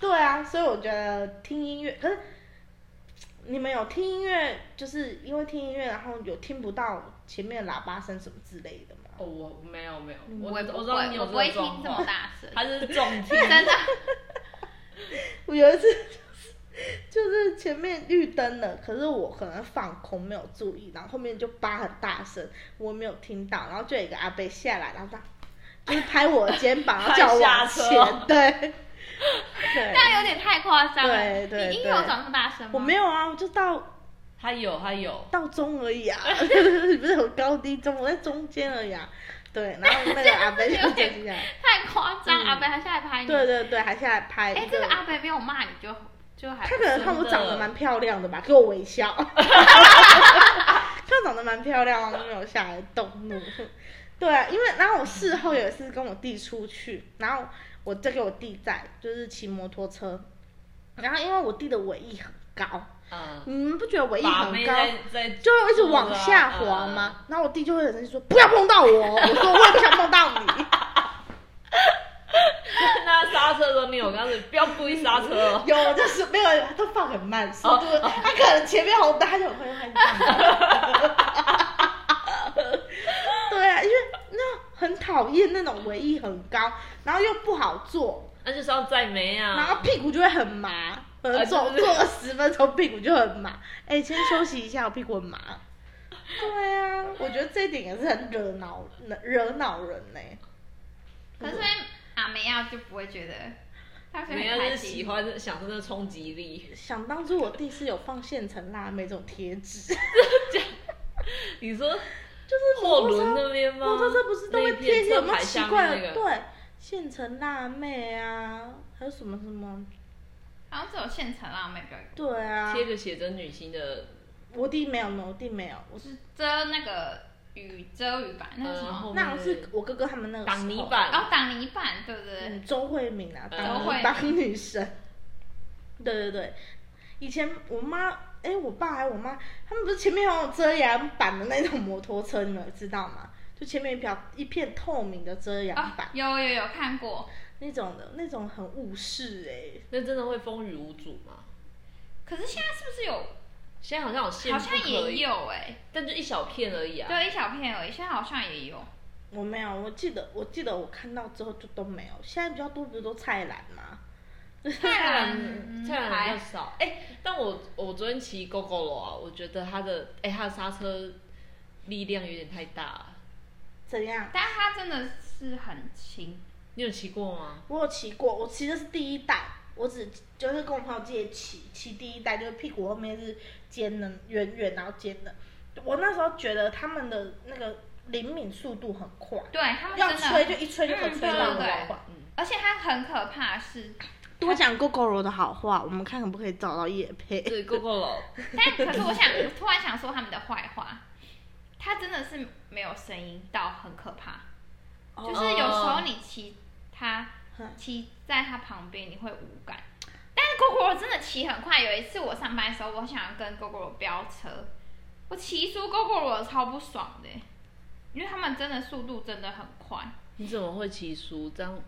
对啊，所以我觉得听音乐，可是你们有听音乐，就是因为听音乐，然后有听不到前面的喇叭声什么之类的吗？哦，我没有没有，我嗯我也不我知道你会，有我不会这听种这么大声，他是重听， 真的。我有一次 就是就是前面绿灯了，可是我可能放空没有注意，然后后面就叭很大声，我没有听到，然后就有一个阿伯下来，然后他就是拍我的肩膀，然后叫我往拍下车前， 对。对，那有点太夸张了。对对你音乐对有长那么大声吗？我没有啊，我就到他有他有，到中而 已啊， 不是有高低中，我在中间而已啊。对，然后那个阿伯就有点进来，太夸张，嗯阿北还下来拍你。对。对对，还下来拍。哎，这个阿北没有骂你就就还他可能看我长得蛮漂亮的吧，给我微 笑。看我长得蛮漂亮，啊没有下来动怒。对啊，因为然后我事后有一次跟我弟出去，然后我就给我弟在，就是骑摩托车，然后因为我弟的尾翼很高， 嗯，你们不觉得尾翼把很妹高？在在啊就一直往下滑吗？嗯然后我弟就会很生气说：“不要碰到 我！”我说：“我也不想碰到你。 那刹车都没有，我刚才不要故意刹车哦”。有，就是没有，他都放很慢速度哦，他可能前面红灯，他就很快就开始放。 对啊，因为那很讨厌那种尾翼很高，然后又不好坐，那就是要载梅然后啊，屁股就会很麻，可能啊坐就是坐个十分钟屁股就很麻。哎，先休息一下，我屁 股很麻。对啊，我觉得这一点也是很惹恼惹恼人呢、可是阿梅亚就不会觉得，他会梅很亚开啊就是心喜。欢享受那冲击力。想当初我弟是有放现成辣妹这种贴纸， 你说就是后摩托轮车，那边吗？摩托车不是都会那贴一片些有车没有牌奇下怪面的？那个，对，现成辣妹啊，还有什么什么？好像只有现成辣妹比较有，对啊，贴个写真女星的，我弟没有，我弟没有，我是是遮那个雨遮雨板，那是什嗯后么？那好像是我哥哥他们那个挡时泥候板哦，挡泥板，对不对？嗯，周慧敏啊，嗯当周慧敏当女神。对对对，以前我妈，哎、我爸还有我妈，他们不是前面有遮阳板的那种摩托车，你们知道吗？就前面一条一片透明的遮阳啊哦板、，有有有看过，那种的，那种很务实哎、那真的会风雨无阻吗？可是现在是不是有？现在好像有线，好像也，有哎，但就一小片而已啊。对，一小片而已，现在好像也有。我没有，我记得我记得我看到之后就都没有。现在比较多不是都菜篮吗？菜篮嗯菜篮比还较少。哎、但我我昨天骑 GoGo 罗啊，我觉得它的哎、它的刹车力量有点太大了。怎样？但它真的是很轻，你有骑过吗？我有骑过，我骑的是第一代，我只就是跟我朋友借骑，骑第一代就是屁股后面是尖的，圆圆然后尖的。我那时候觉得他们的那个灵敏速度很快，对他啊们真要的吹就一吹就可以嗯吹到对我对对快。而且它很可怕的是，多讲 GoGo 罗的好话，我们看可不可以找到叶佩。对，GoGo 罗， 但可是我想突然想说他们的坏话，它真的是没有声音到很可怕，就是有时候你骑它嗯骑在它旁边你会无感，但是 GoGo 真的骑很快。有一次我上班的时候，我想要跟 GoGo 飙车，我骑出 GoGo 超不爽的，欸因为他们真的速度真的很快，你怎么会骑输？这样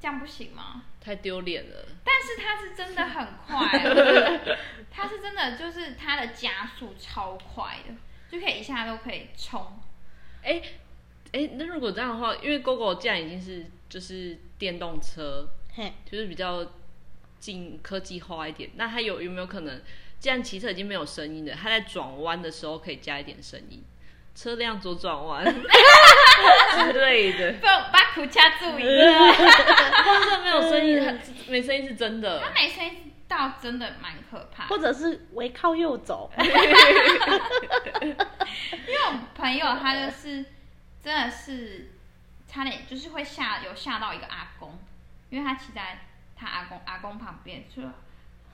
这样不行吗？太丢脸了。但是它是真的很快，我觉得它是真的就是它的加速超快的，就可以一下都可以冲。哎、哎、那如果这样的话，因为 GoGo 既然已经是就是电动车，嘿，就是比较近科技化一点，那它有有没有可能，既然骑车已经没有声音了，它在转弯的时候可以加一点声音，车辆左转 弯之类的。不，把苦掐注意，但是没有声音，嗯它没声音是真的它。没声音到真的蛮可怕。或者是围靠 右走，因为我朋友他就是真的是差点就是会吓有吓到一个阿公，因为他骑在他阿公阿公旁边，就的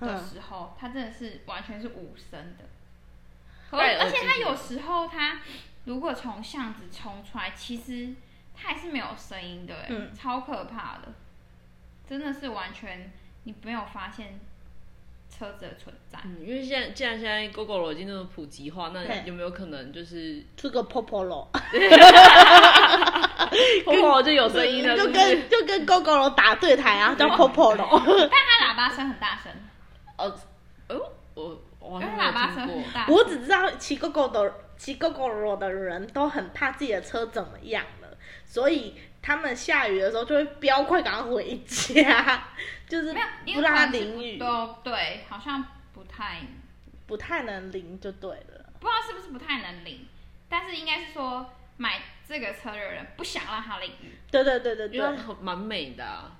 嗯，时候，他真的是完全是无声的。可戴耳而机且他有时候他如果从巷子冲出来，其实他还是没有声音的、欸，嗯超可怕的，真的是完全你没有发现车子的存在。嗯，因为现在既然现在 GoGo 已经那么普及化，那对有没有可能就是出个 Popolo， GoGo 就有声音了？就是不是跟就跟 GoGo 打对台啊，叫 Popolo。但他喇叭声很大声，哦，哦，我我好因为像喇叭声没有听很过。大。我只知道骑 GoGo 的骑 GoGo 的人都很怕自己的车怎么样了，所以他们下雨的时候就会飙快赶快回家， 就是没有，因不为让他它淋雨，都对，好像不太不太能淋就对了。不知道是不是不太能淋，但是应该是说买这个车的人不想让他淋雨，对对对对因为对，它蛮美的啊、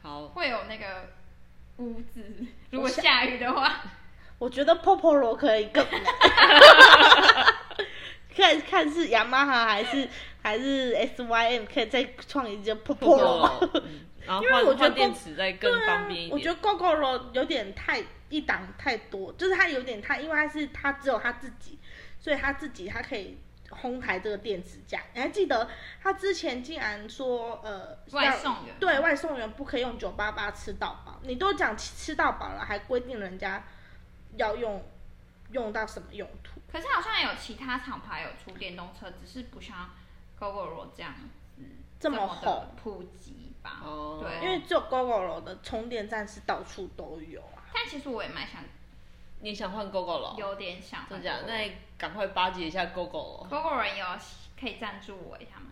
好，会有那个污渍。如我果想下雨的话，我觉得 Popolo 可以更难。 看看是雅马哈还是还是 SYM，可以再创一个 Popolo 吗？ GoGo，嗯然后因为换我觉得换电 Go- 池再对更方便一啊。点。我觉得 GoGo 有点太一档太多，就是它有点太，因为它是它只有它自己，所以它自己它可以哄抬这个电池架。你还记得它之前竟然说呃外要送员对外送员不可以用九八八吃到饱，你都讲吃吃到饱了，还规定人家要用用到什么用途？可是好像有其他厂牌有出电动车，只是不像 GoGoRo 这样子这么么的红，普及吧。哦对，因为只有 GoGo 的充电站是到处都有啊。但其实我也蛮想，你想换 GoGo 了，有点想真换的假 GoGoRo 的？那你赶快巴结一下 GoGo 了。 GoGo 人有可以赞助我一下吗？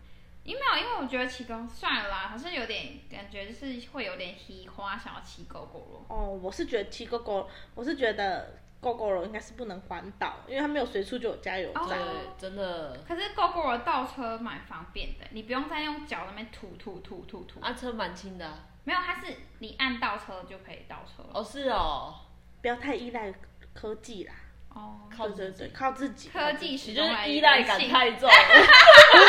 因为没有，因为我觉得骑公算了啦，好像有点感觉就是会有点喜花，想要骑 GoGo 咯。哦，我是觉得骑 GoGo，我是觉得 GoGo 应该是不能环岛，因为它没有随处就有加油哦站。对，真的。可是 GoGo 的倒车蛮方便的，你不用再用脚那边吐吐吐吐吐，啊，车蛮轻的啊、没有，它是你按倒车就可以倒车了。哦，是哦，不要太依赖科技啦，哦，靠对对自对，己，靠自己。科技你始就终来是于依赖人感性太重 了。我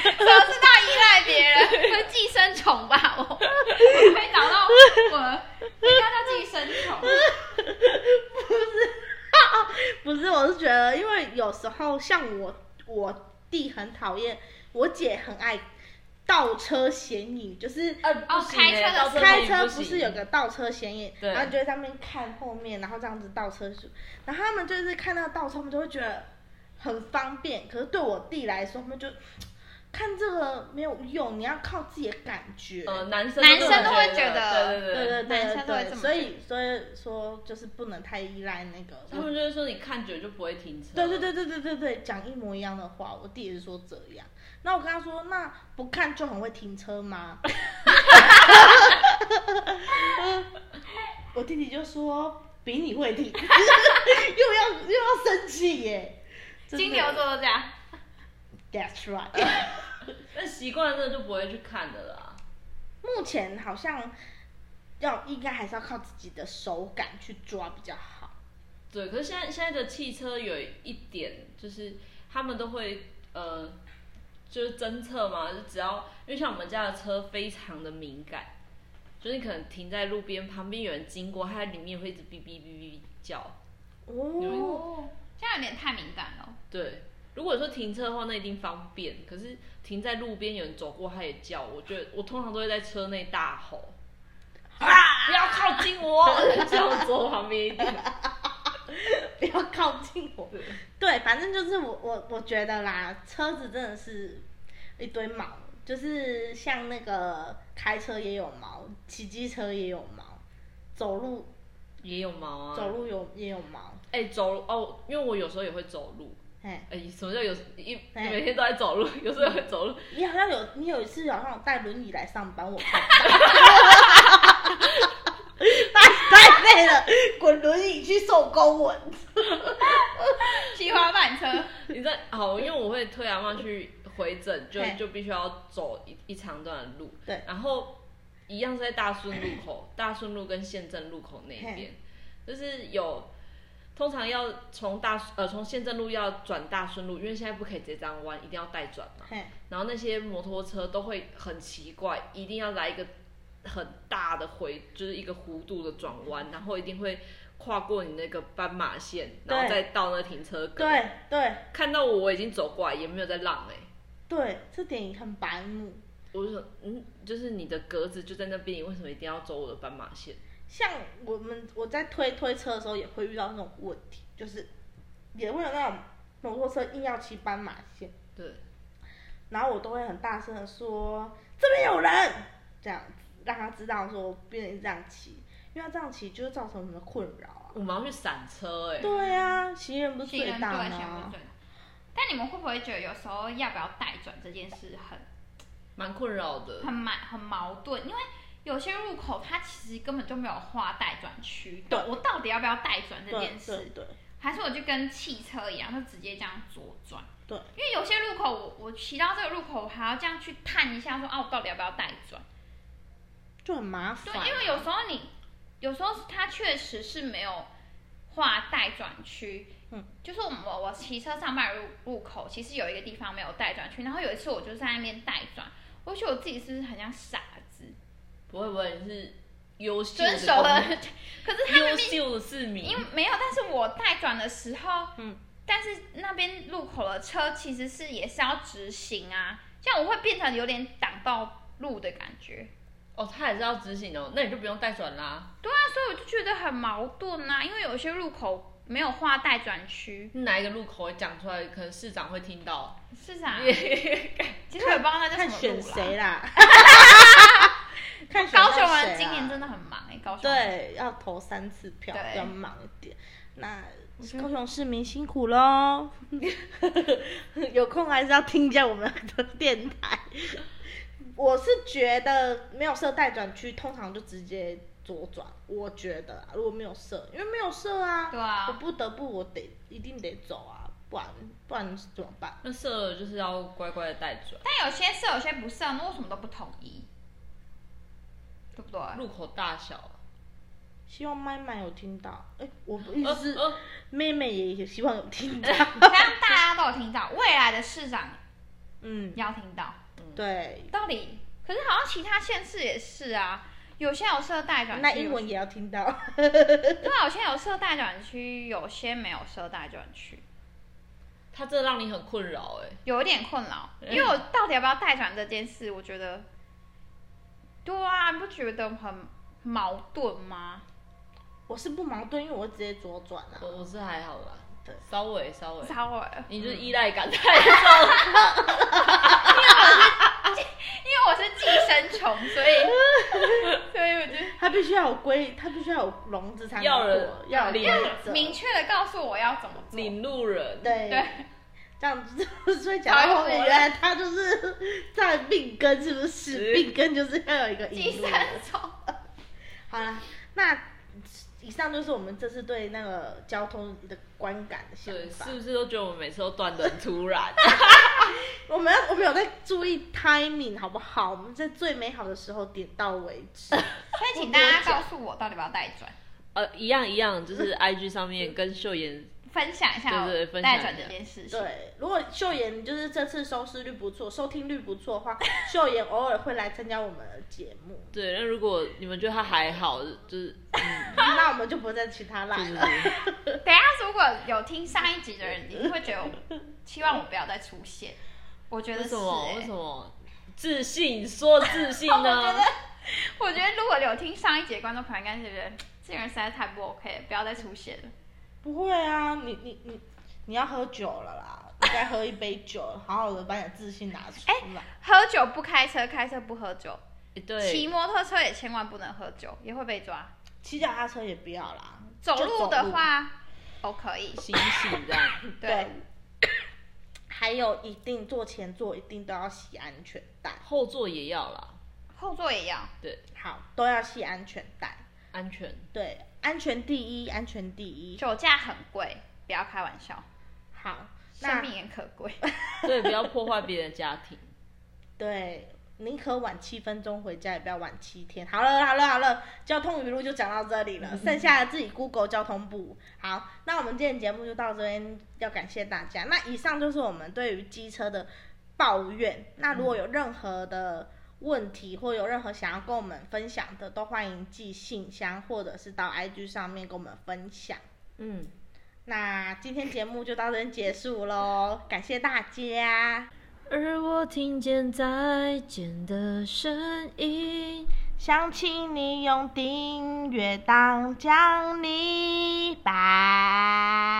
知道依赖别人，会寄生虫吧？我我会找到我，应该叫寄生虫。不是，我是觉得，因为有时候像我，我弟很讨厌，我姐很爱倒车显影，就是呃，哦不行开欸车的到时候开车不不行是有个倒车显影，对然后你就会在那边看后面，然后这样子倒车数，然后他们就是看到倒车，他们就会觉得很方便。可是对我弟来说，他们就看这个没有用，你要靠自己的感觉。呃，男生男这么生都会觉觉对得对对哦对男对生都会对，这么所以所以说就是不能太依赖那个。他们就会说你看久就不会停车。对对对对对对对，讲一模一样的话，我弟也是说这样。那我跟他说，那不看就很会停车吗？ 我弟弟就说比你会停，又 要又要生气耶。真的金牛座都这样， ，That's right。那习惯了就不会去看的啦。目前好像要应该还是要靠自己的手感去抓比较好。对，可是现在现在的汽车有一点就是他们都会呃，就是侦测嘛，就只要因为像我们家的车非常的敏感，就是你可能停在路边旁边有人经过，它在里面会一直哔哔哔哔哔叫。哦，现在有点太敏感了。对，如果说停车的话，那一定方便。可是停在路边，有人走过，他也叫。我觉得我通常都会在车内大吼，啊、不要靠近我， 这样走旁边一点。不要靠近我。对，对，反正就是我我我觉得啦，车子真的是一堆毛，就是像那个开车也有毛，骑机车也有毛，走路也有毛啊。走路有也有毛，哎、走路哦，因为我有时候也会走路。哎，哎、什么叫有一哎每天都在走路， 有时候也会走路，你好像有你有一次好像有带轮椅来上班，我看 到。太太累了，滚轮椅去受公文。骑滑板车，你在好，因为我会推阿妈去回诊，就嗯嘿就必须要走一一长段的路。对然后一样 是在大顺路口、大顺路跟县政路口那一边，就是有通常要从大呃从县政路要转大顺路，因为现在不可以直接这样弯，一定要带转嘛。嘿，然后那些摩托车都会很奇怪，一定要来一个很大的回，就是一个弧度的转弯，然后一定会跨过你那个斑马线，对然后再到那停车格。对对看到我我已经走过来，也没有在浪哎、对，这点很白目。我就说，嗯，就是你的格子就在那边，你为什么一定要走我的斑马线？像我们我在推推车的时候也会遇到那种问题，就是也会有那种摩托车硬要骑斑马线，对，然后我都会很大声的说这边有人，这样子让他知道说不能这样骑，因为他这样骑就会造成我们的困扰啊。我们要去闪车哎、对啊，行人不是行人最对大行人吗最？大。但你们会不会觉得有时候要不要带转这件事很蛮困扰的。很蛮很矛盾，因为有些入口它其实根本就没有画待转区，对我到底要不要带转这对件对事，对还是我就跟汽车一样，就直接这样左转？对，因为有些路口我我骑到这个路口，我还要这样去探一下说啊，我到底要不要带啊转？就很麻对烦。，因为有时候你有时候它确实是没有画待转区。嗯，就是我们我骑车上班的入入口，其实有一个地方没有待转区，然后有一次我就在那边待转，我觉得我自己是不是很像傻子？不会不会，你是优秀遵的守了公民，可是他优们秀的市民，因为没有，但是我带转的时候，嗯，但是那边路口的车其实是也是要直行啊，这样我会变成有点挡到路的感觉。哦，他也是要执行哦，那你就不用带转啦。对啊，所以我就觉得很矛盾啊，因为有些路口没有画待转区，哪一个路口讲出来，可能市长会听到。是 啊啥？其实我也不知道那叫什看么选路啦。谁 啦，看选到高雄谁人啦今年真的很忙哎、高雄对，要投三次票，对比较忙一点。那觉得高雄市民辛苦喽， 有空还是要听一下我们的电台。 我是觉得没有设待转区，通常就直接左转。我觉得啊如果没有设，因为没有设啊，对啊我不得不我得一定得走啊，不然不然怎么办？ 那射了就是要乖乖的带转，但有些是有些不是啊，那为什么都不统一？对不 对？路口大小。希望麦麦有听到，哎、我不意 呃思是呃，妹妹也希望有听 到，这样大家都有听到，未来的市长嗯，要听到。对，道理。可是好像其他县市也是啊，有些有设待转区，那英文也要听到。对啊，有些有设待转区，有些没有设待转区，他这让你很困扰哎、有一点困扰。嗯因为我到底要不要待转这件事，我觉得，对啊，你不觉得很矛盾吗？我是不矛盾，因为我会直接左转啊。我我是还好啦，对稍微稍微，稍微，你就是啊嗯依赖感太重。因为我是寄生虫，所以，所以我 就他必须要有规，他必须要有笼子才能要过人要有领规则明确的告诉我要怎么做。 领路人，对对，这样子，所以讲到后面，才会活原来他就是在病根，是不是？是病根就是要有一个寄引路生人。虫，好了，那以上就是我们这次对那个交通的观感的想对，法是。不是都觉得我们每次都断的很突 然？我们要我们有在注意 timing 好不好？我们在最美好的时候点到为 止。所以请大家告诉我到底要不要待转。呃，一样一样，就是 IG 上面跟秀妍分享一下对对分享一下待转这件事情。对，如果秀妍就是这次收视率不错、收听率不错的 话，秀妍偶尔会来参加我们的节目，对。那如果你们觉得他还好，就是嗯，那我们就不会再请她来就是 了。等一下如果有听上一集的人，一定会觉得我希望我不要再出现。我觉得为是、什欸，么？为什么？自信说自信 呢？我觉得如果有听上一集的观众朋友，应该是觉得这个人实在太不 OK，了不要再出现了。不会啊，你你你你要喝酒了啦，你该喝一杯酒，好好的把你的自信拿出来。喝酒不开车，开车不喝酒，诶骑对，摩托车也千万不能喝酒，也会被抓。骑脚踏车也不要啦，走就路的，话，哦可以，醒醒这样。对，对。还有一定坐前座一定都要系安全带，后座也要啦，后座也要。对，好，都要系安全带。安全。对，安全第一，安全第一。酒驾很贵，不要开玩笑，好，生那命也可贵。对，不要破坏别人的家庭。对，宁可晚七分钟回家，也不要晚七天。好了，好了，好了，交通语录就讲到这里了，剩下的自己 Google 交通部。好，那我们今天节目就到这边，要感谢大家。那以上就是我们对于机车的抱怨。那如果有任何的问题，或有任何想要跟我们分享的，都欢迎寄信箱或者是到 IG 上面跟我们分享。嗯，那今天节目就到这边结束喽，感谢大家，而我听见再见的声音。想请你用订阅当奖励吧。